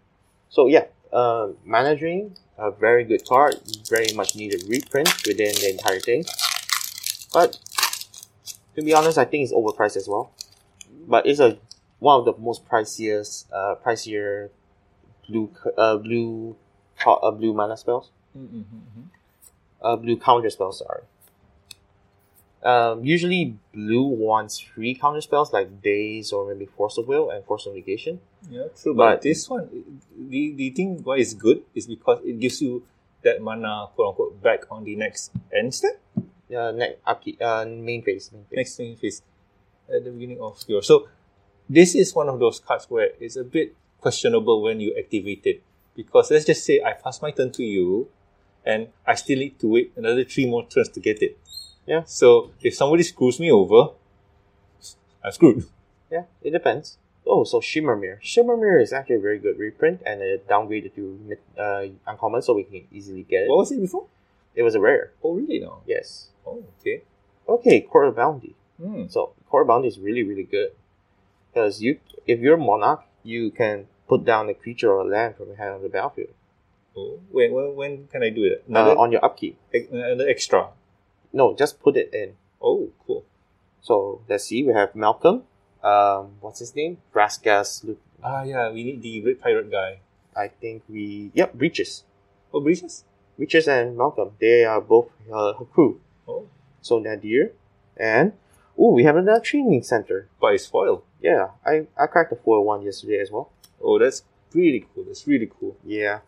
B: So yeah, uh, Mana Drain, a very good card, very much needed reprint within the entire thing. But to be honest, I think it's overpriced as well. But it's a one of the most priciest, uh, pricier blue, c- uh, blue, co- uh, blue mana spells,
A: Mm-hmm, mm-hmm.
B: uh, blue counter spells. Sorry. Um, usually blue wants three counter spells like Daze or maybe Force of Will and Force of Negation.
A: Yeah, true. But,
B: But-
A: this one, the, the thing why it's good is because it gives you that mana, quote unquote, back on the next end step,
B: Uh, next upkeep, uh, main phase, main phase.
A: next thing phase at the beginning of your. So this is one of those cards where it's a bit questionable when you activate it. Because let's just say I pass my turn to you and I still need to wait another three more turns to get it.
B: Yeah.
A: So if somebody screws me over, I'm screwed.
B: Yeah, it depends. Oh, so Shimmer Mirror. Shimmer Mirror is actually a very good reprint and it downgraded to mid- uh, uncommon so we can easily get it.
A: What was it before?
B: It was a rare.
A: Oh, really now?
B: Yes.
A: Oh, okay.
B: Okay, Core Bounty.
A: Hmm.
B: So Core Bounty is really, really good. Because you, if you're Monarch, you can put down a creature or a land from your hand on the battlefield.
A: Oh, when, when, when can I do it?
B: uh,
A: Another,
B: on your upkeep.
A: ex- another extra.
B: No, just put it in.
A: Oh, cool.
B: So let's see. We have Malcolm. Um, what's his name? Rasgas. Lu-
A: Ah, yeah, we need the Red Pirate guy.
B: I think we. Yep, Breaches.
A: Oh, Breaches?
B: Breaches and Malcolm. They are both uh, her crew.
A: Oh,
B: So Nadir and oh, we have another training center.
A: by his foil.
B: Yeah, I I cracked a foil one yesterday as well.
A: Oh, that's really cool. That's really cool.
B: Yeah.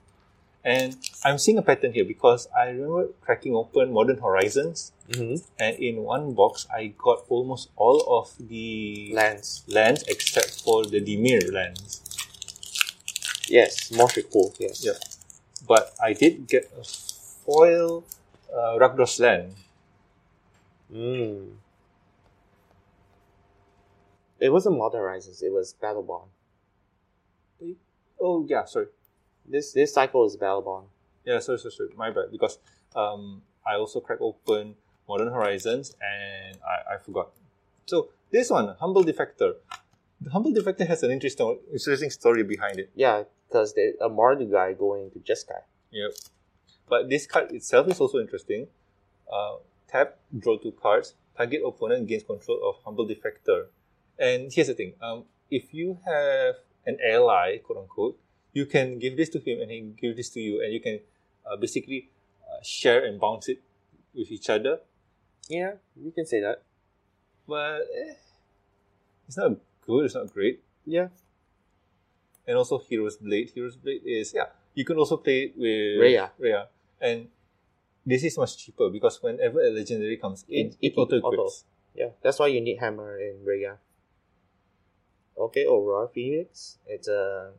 A: And I'm seeing a pattern here because I remember cracking open Modern Horizons,
B: Mm-hmm.
A: and in one box, I got almost all of the
B: Lands.
A: lands except for the Demir lands.
B: Yes, Mortal Cool. Yes.
A: Yeah. But I did get a foil uh, Rakdos land.
B: Mm. It wasn't Modern Horizons. It was Battleborn.
A: Oh, yeah, sorry.
B: This this cycle is Battleborn.
A: Yeah, sorry, sorry, sorry. My bad. Because um, I also cracked open Modern Horizons and I, I forgot. So this one, Humble Defector. The Humble Defector has an interesting interesting story behind it.
B: Yeah, because a Mardu guy going to Jeskai.
A: Yep. But this card itself is also interesting. Uh, tap, draw two cards. Target opponent gains control of Humble Defector. And here's the thing. Um, if you have an ally, quote unquote, you can give this to him and he can give this to you, and you can uh, basically uh, share and bounce it with each other.
B: Yeah, you can say that.
A: But eh, it's not good. It's not great.
B: Yeah.
A: and also Hero's Blade. Hero's Blade is yeah. You can also play it with
B: Rhea.
A: Rhea. And this is much cheaper because whenever a legendary comes in,
B: It-
A: it,
B: it
A: auto
B: auto.
A: equips.
B: Yeah, that's why you need hammer in Raya. Okay, Aurora Phoenix. It's a,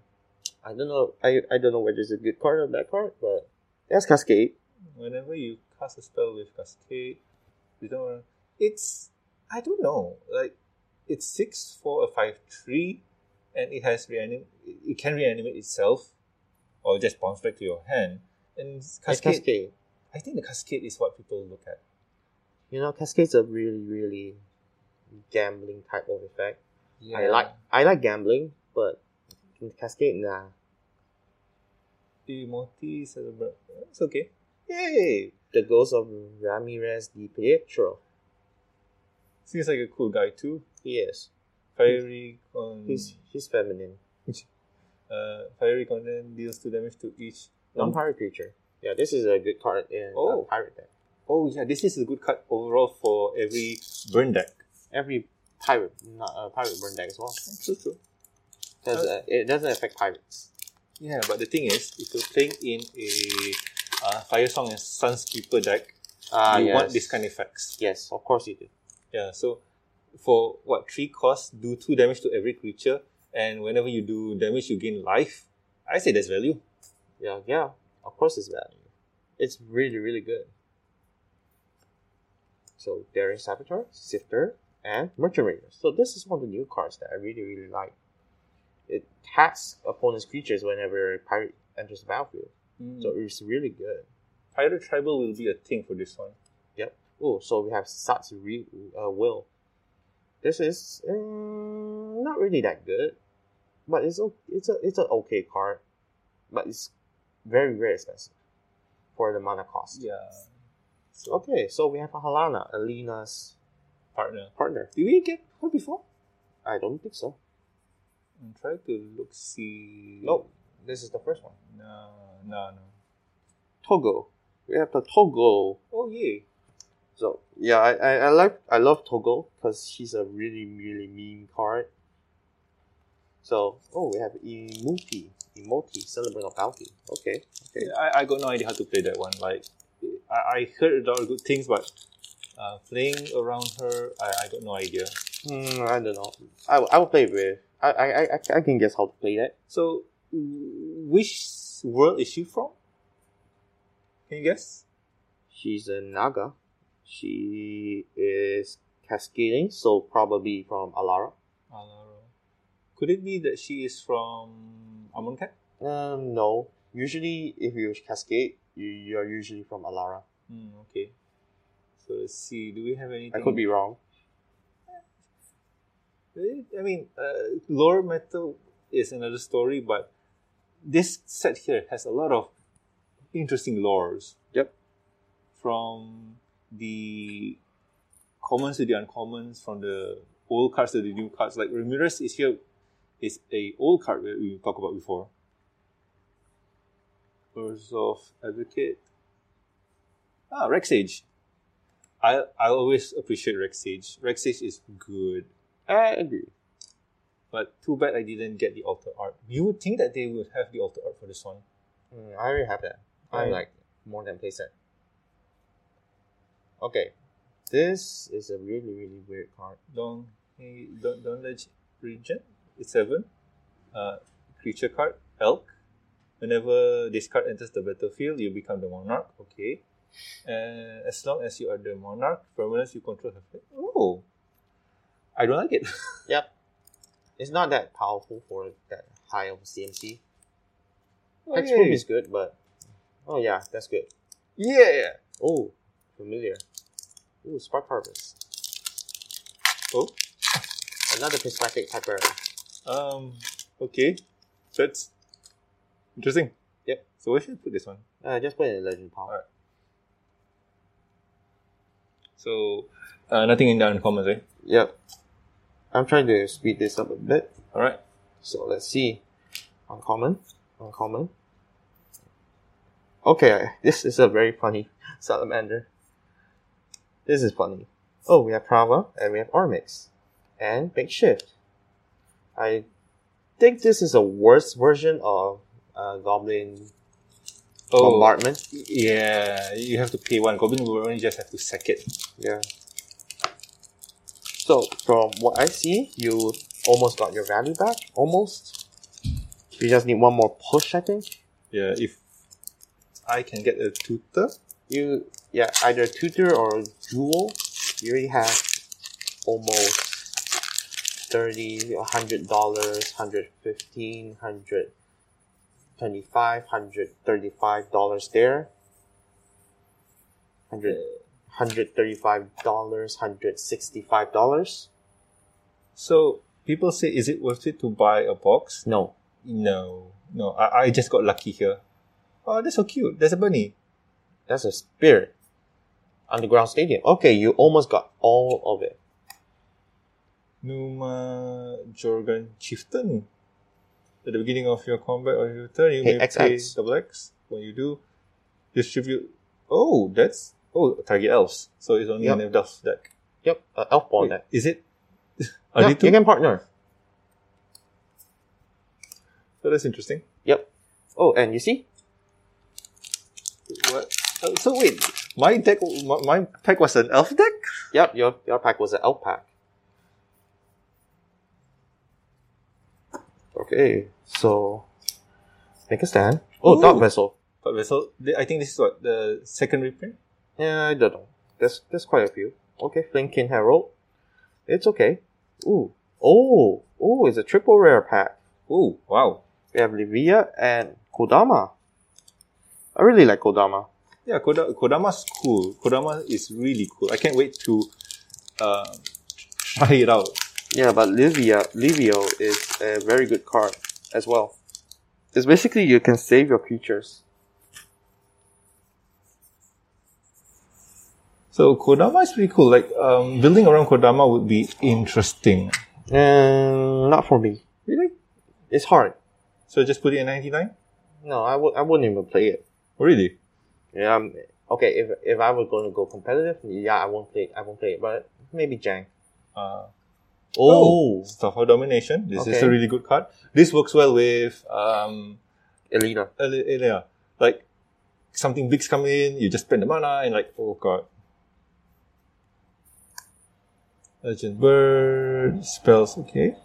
B: I don't know, I, I don't know whether it's a good card or bad card, but that's Cascade.
A: Whenever you cast a spell with Cascade, you don't wanna- it's I don't know. Like it's six for a five three and it has reanim it can reanimate itself or just bounce back to your hand. And
B: It's
A: Cascade,
B: Cascade.
A: I think the Cascade is what people look at.
B: You know, Cascade's a really really gambling type of effect.
A: Yeah.
B: I like I like gambling, but Cascade nah.
A: Timothy Celebra. It's okay. Yay!
B: The Ghost of Ramirez Di Pietro.
A: Seems like a cool guy too.
B: He is.
A: Fiery con
B: He's he's feminine.
A: uh, fiery content deals two damage to each.
B: Non pirate creature. Yeah, this is a good card in oh.
A: Oh.
B: pirate deck.
A: Oh yeah, this is a good cut overall for every burn deck.
B: every pirate, not uh, pirate burn deck as well,
A: True, true.
B: because uh, it doesn't affect pirates.
A: Yeah, but the thing is, if you're playing in a uh, Fire Song and Sunspeeper deck,
B: Ah,
A: you
B: yes.
A: want this kind of effects.
B: Yes, of course you do.
A: Yeah, so for what three costs, do two damage to every creature, and whenever you do damage, you gain life. I say that's value.
B: Yeah, yeah. Of course it's value. It's really, really good. So Daring Saboteur, Sifter, and Merchant Raider. So this is one of the new cards that I really, really like. It hacks opponent's creatures whenever a pirate enters the battlefield. So it's really good.
A: Pirate Tribal will be a thing for this one.
B: Yep. Oh, so we have Sat's re- uh, will. This is mm, not really that good, but it's o- it's a it's an okay card, but it's very very expensive for the mana cost.
A: Yeah. So
B: Okay, so we have Halana, Alina's
A: partner.
B: partner.
A: Did we get her before?
B: I don't think so.
A: I'm trying to look see.
B: Nope, this is the first one.
A: No, no, no.
B: Togo. We have the Togo
A: Oh yeah.
B: So yeah, I, I, I like I love Togo because she's a really really mean card. So oh, we have Emoti, Emoti, Celebrant of Bounty. Okay, okay,
A: I, I got no idea how to play that one. Like I, I heard a lot of good things, but uh, playing around her, I, I got no idea.
B: Hmm, I don't know. I, will- I will play it with. I, I I I- I can guess how to play that.
A: So w- which world is she from? Can you guess?
B: She's a Naga. She is cascading, so probably from Alara.
A: Alaro. Could it be that she is from Amonkhet?
B: Um, no. Usually, if you cascade, you you are usually from Alara.
A: Hmm, okay. So let's see. Do we have anything?
B: I could be wrong.
A: Eh, I mean, uh, lore metal is another story, but this set here has a lot of interesting lores
B: Yep.
A: from the commons to the uncommons, from the old cards to the new cards. Like Ramirez is here is a old card that we talked about before. Earth of Advocate. Ah, Rex Sage. I I always appreciate Rex Sage. Rex Sage is good.
B: I agree.
A: But too bad I didn't get the alter art. You would think that they would have the alter art for this one.
B: Mm, I already have that. I
A: Right.
B: like more than playset. Okay. This is a really, really weird card.
A: Don Don Don Ledge region. It's seven. Uh, creature card, elk. Whenever this card enters the battlefield, you become the monarch. Okay. Uh, as long as you are the monarch, permanents you control have. Oh, I don't like it.
B: Yep. It's not that powerful for that high of CMC. Hexproof
A: Okay.
B: is good, but oh yeah, that's good.
A: Yeah.
B: Oh, familiar. Ooh, spark harvest.
A: Oh.
B: Another prismatic pepper.
A: Um. Okay. That's interesting.
B: Yep.
A: So where should I put this one?
B: Uh, just put it in legend power.
A: Alright. So, uh, nothing in the uncommon, right?
B: Yep. I'm trying to speed this up a bit.
A: All right.
B: So let's see. Uncommon. Uncommon. Okay, this is a very funny salamander. This is funny. Oh, we have Prava and we have Ormix. And Makeshift. I think this is a worse version of uh, Goblin
A: Oh.
B: Bombardment.
A: Yeah, you have to pay one. Goblin will only just have to sack it.
B: Yeah. So from what I see, you almost got your value back. Almost. You just need one more push, I think.
A: Yeah, if I can get a tutor.
B: You yeah, either tutor or jewel. You already have almost thirty, a hundred dollars, hundred fifteen, hundred twenty-five, hundred thirty-five dollars there. Hundred hundred thirty-five dollars, hundred sixty-five dollars.
A: So people say, is it worth it to buy a box?
B: No,
A: No, no. I, I just got lucky here. Oh, that's so cute. There's a bunny.
B: That's a spirit. Underground stadium. Okay, you almost got all of it.
A: Numa Jorgan Chieftain. At the beginning of your combat or your turn, you
B: Hey,
A: may
B: X,
A: pay
B: X.
A: double X. When you do, distribute. Oh, that's oh target elves. So it's only an
B: Yep.
A: elf elf deck.
B: Yep, uh, elf ball
A: Wait,
B: deck.
A: Is it? Are they
B: Yep,
A: two?
B: you can partner.
A: So that's interesting.
B: Yep. Oh, and you see,
A: What? Oh, so wait, my deck, my, my pack was an elf deck.
B: yep, your your pack was an elf pack. Okay, so make a stand. Oh,
A: Ooh.
B: dog vessel.
A: But vessel, th- I think this is what the second reprint.
B: Yeah, I don't know. There's there's quite a few. Okay, Flinkin Herald. It's okay. Ooh, oh, oh, it's a triple rare pack.
A: Oh wow!
B: We have Livia and Kodama. I really like Kodama.
A: Yeah, Koda, Kodama's cool. Kodama is really cool. I can't wait to um, try it out.
B: Yeah, but Livia Livio is a very good card as well. It's basically you can save your creatures.
A: So Kodama is pretty cool. Like um, building around Kodama would be interesting.
B: Um, not for me.
A: Really?
B: It's hard.
A: So just put it in ninety nine.
B: No, I would I wouldn't even play it.
A: Really?
B: Yeah. I'm, okay, if if I were going to go competitive, yeah, I won't play. I won't play it. But maybe Jank.
A: Uh,
B: Oh,
A: Stuff of Domination. This is
B: Okay.
A: a really good card. This works well with um,
B: Elena.
A: earlier, earlier. Like something big's come in, you just spend the mana and like, oh god. Urgent bird spells, okay.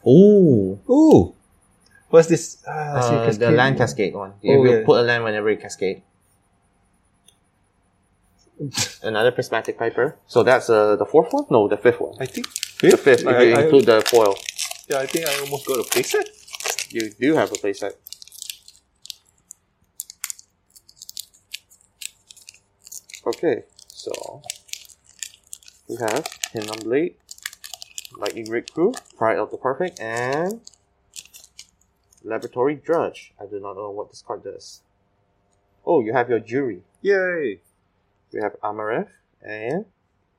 B: Oh,
A: Ooh, what's this? Ah, I
B: uh,
A: see
B: the land
A: cascade.
B: cascade one.
A: Oh,
B: You will
A: yeah.
B: put a land whenever you cascade. Another prismatic piper. So that's uh, the fourth one. No, the fifth one.
A: I think
B: The
A: fifth.
B: fifth, if
A: I,
B: you
A: I-
B: include the foil,
A: yeah, I think I almost got a playset.
B: you do have a playset. Okay, so we have Pin on Blade, Lightning Rig Crew, Pride of the Perfect, and Laboratory Drudge. I do not know what this card does. Oh, you have your jury.
A: Yay!
B: We have Amareth and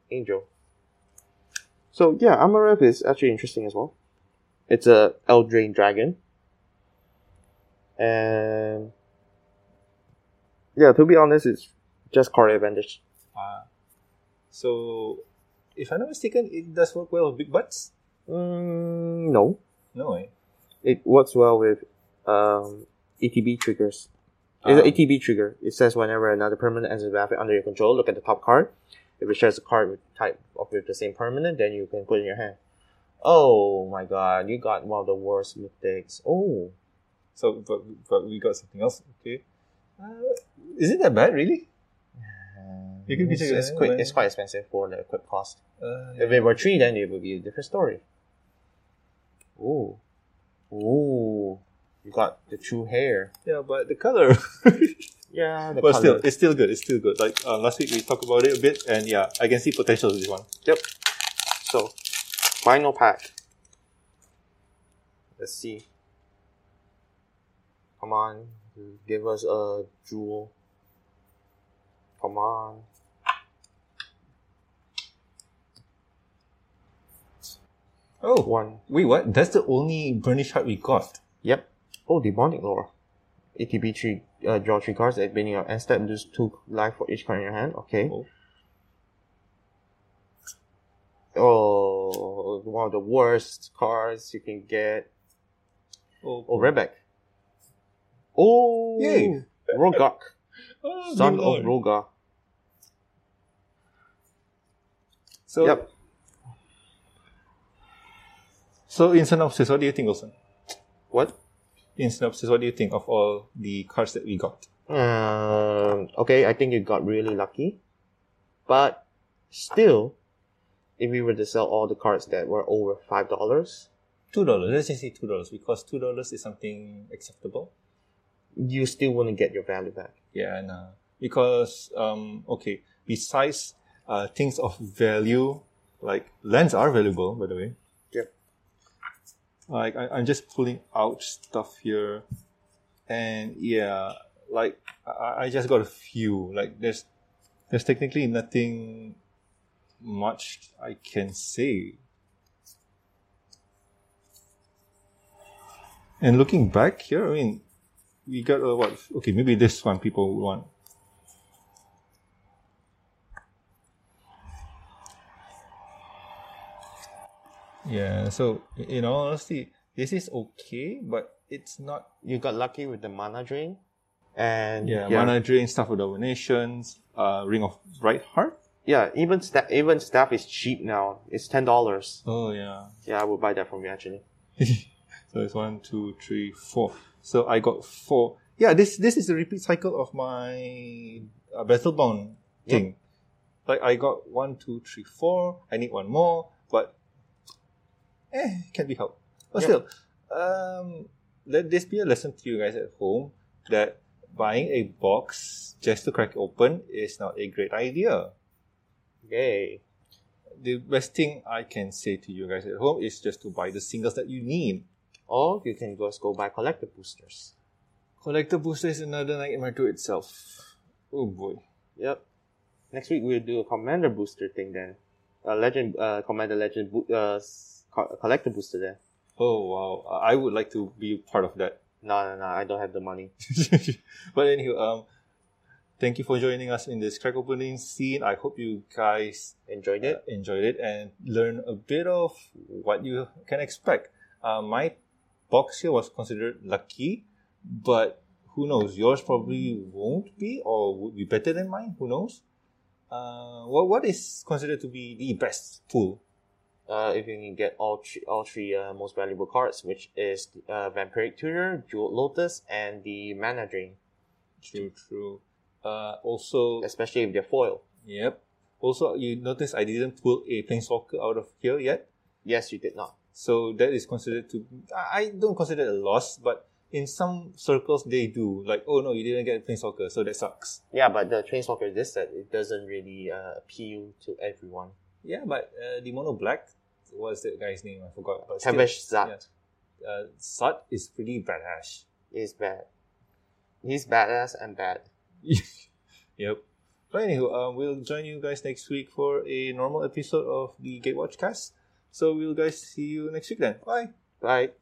B: Angel. So yeah, Amareth is actually interesting as well. It's a Eldraine dragon. And yeah, to be honest, it's just core advantage.
A: Ah. so, if I'm not mistaken, it does work well with big butts.
B: Mm, no,
A: No, eh?
B: it works well with um, ETB triggers. It's
A: Ah.
B: an ETB trigger. It says whenever another permanent enters the battlefield under your control, look at the top card. If it shares a card with type of with the same permanent, then you can put it in your hand. Oh my god, you got one of the worst mistakes. Oh,
A: So, but, but we got something else. Okay. Uh, is it that bad, really? You can be
B: it's,
A: taken
B: it's, quite,
A: anyway.
B: it's quite expensive for the equip cost.
A: Uh,
B: If it were three, then it would be a different story. Oh, oh, you got the true hair.
A: yeah, but the color.
B: Yeah, the
A: but still,
B: colour.
A: it's still good. It's still good. Like uh, last week, we talked about it a bit, and yeah, I can see potential in this one.
B: Yep. So, final pack. Let's see. Come on, give us a jewel. Come on.
A: Oh,
B: One.
A: wait, what? That's the only burnish heart we got.
B: Yep. Oh, demonic lore. ATB three. Uh, draw three cards at beginning of end step. Lose two life for each card in your hand. Okay.
A: Oh.
B: Oh, one of the worst cards you can get.
A: Oh,
B: Oh, Rebek. Oh,
A: Yay.
B: Rogok,
A: oh,
B: son
A: good
B: of
A: lord.
B: Rogar.
A: So,
B: Yep.
A: so in synopsis, what do you think, Wilson?
B: What?
A: In synopsis, what do you think of all the cards that we got?
B: Um, okay, I think you got really lucky, but still, if we were to sell all the cards that were over five dollars,
A: Two dollars. Let's just say two dollars because two dollars is something acceptable.
B: you still wouldn't get your value back.
A: Yeah, and uh, because um, okay, besides uh, things of value, like lands are valuable, by the way.
B: Yep.
A: Like I, I'm just pulling out stuff here, and yeah, like I- I, I just got a few. Like there's there's technically nothing much I can say. And looking back here, I mean, we got a what? Okay, maybe this one people would want. Yeah, so i- in all honesty, this is okay, but it's not.
B: You got lucky with the mana drain, and
A: Yeah,
B: yeah,
A: mana drain, stuff of dominations, uh, ring of right heart.
B: yeah, even staff, even staff is cheap now. It's ten dollars.
A: Oh yeah,
B: Yeah, I would buy that from you actually.
A: so it's one, two, three, four. So I got four. Yeah, this this is the repeat cycle of my uh, Battlebound thing. Like I got one, two, three, four. I need one more, but eh, can be helped. But
B: Yep.
A: still, um, let this be a lesson to you guys at home that buying a box just to crack it open is not a great idea
B: Yay!
A: the best thing I can say to you guys at home is just to buy the singles that you need.
B: Or you can just go buy collector boosters.
A: Collector booster is another nightmare to itself. Oh boy.
B: Yep. Next week we'll do a commander booster thing then. A legend, uh, commander legend, bo- uh, s- co- collector booster then.
A: Oh wow. I- I would like to be part of that.
B: No, no, no, I don't have the money.
A: but anyway, um, thank you for joining us in this crack opening scene. I hope you guys
B: Enjoyed
A: uh,
B: it?
A: enjoyed it and learn a bit of what you can expect. Uh, my box here was considered lucky, but who knows? Yours probably won't be or would be better than mine. Who knows? Uh, what what is considered to be the best pool?
B: Uh, if you can get all three, all three uh, most valuable cards, which is uh, Vampiric Tutor, Jeweled Lotus, and the Mana Drain,
A: True, true. Uh, also,
B: especially if they're foil.
A: yep. Also, you notice I didn't pull a planeswalker out of here yet.
B: Yes, you did not.
A: So that is considered to I I don't consider it a loss, but in some circles they do. Like, oh no, you didn't get playing soccer, so that sucks.
B: Yeah, but the Chainsmokers this set, it doesn't really uh, appeal to everyone.
A: Yeah, but uh, the mono black what's that guy's name? I forgot. But still,
B: Tavesh Zat
A: yeah. Uh, Sat is pretty badass.
B: is bad. He's badass and bad.
A: yep. But anywho, um, we'll join you guys next week for a normal episode of the Gatewatch cast. So we'll guys see you next week then. Bye.
B: Right.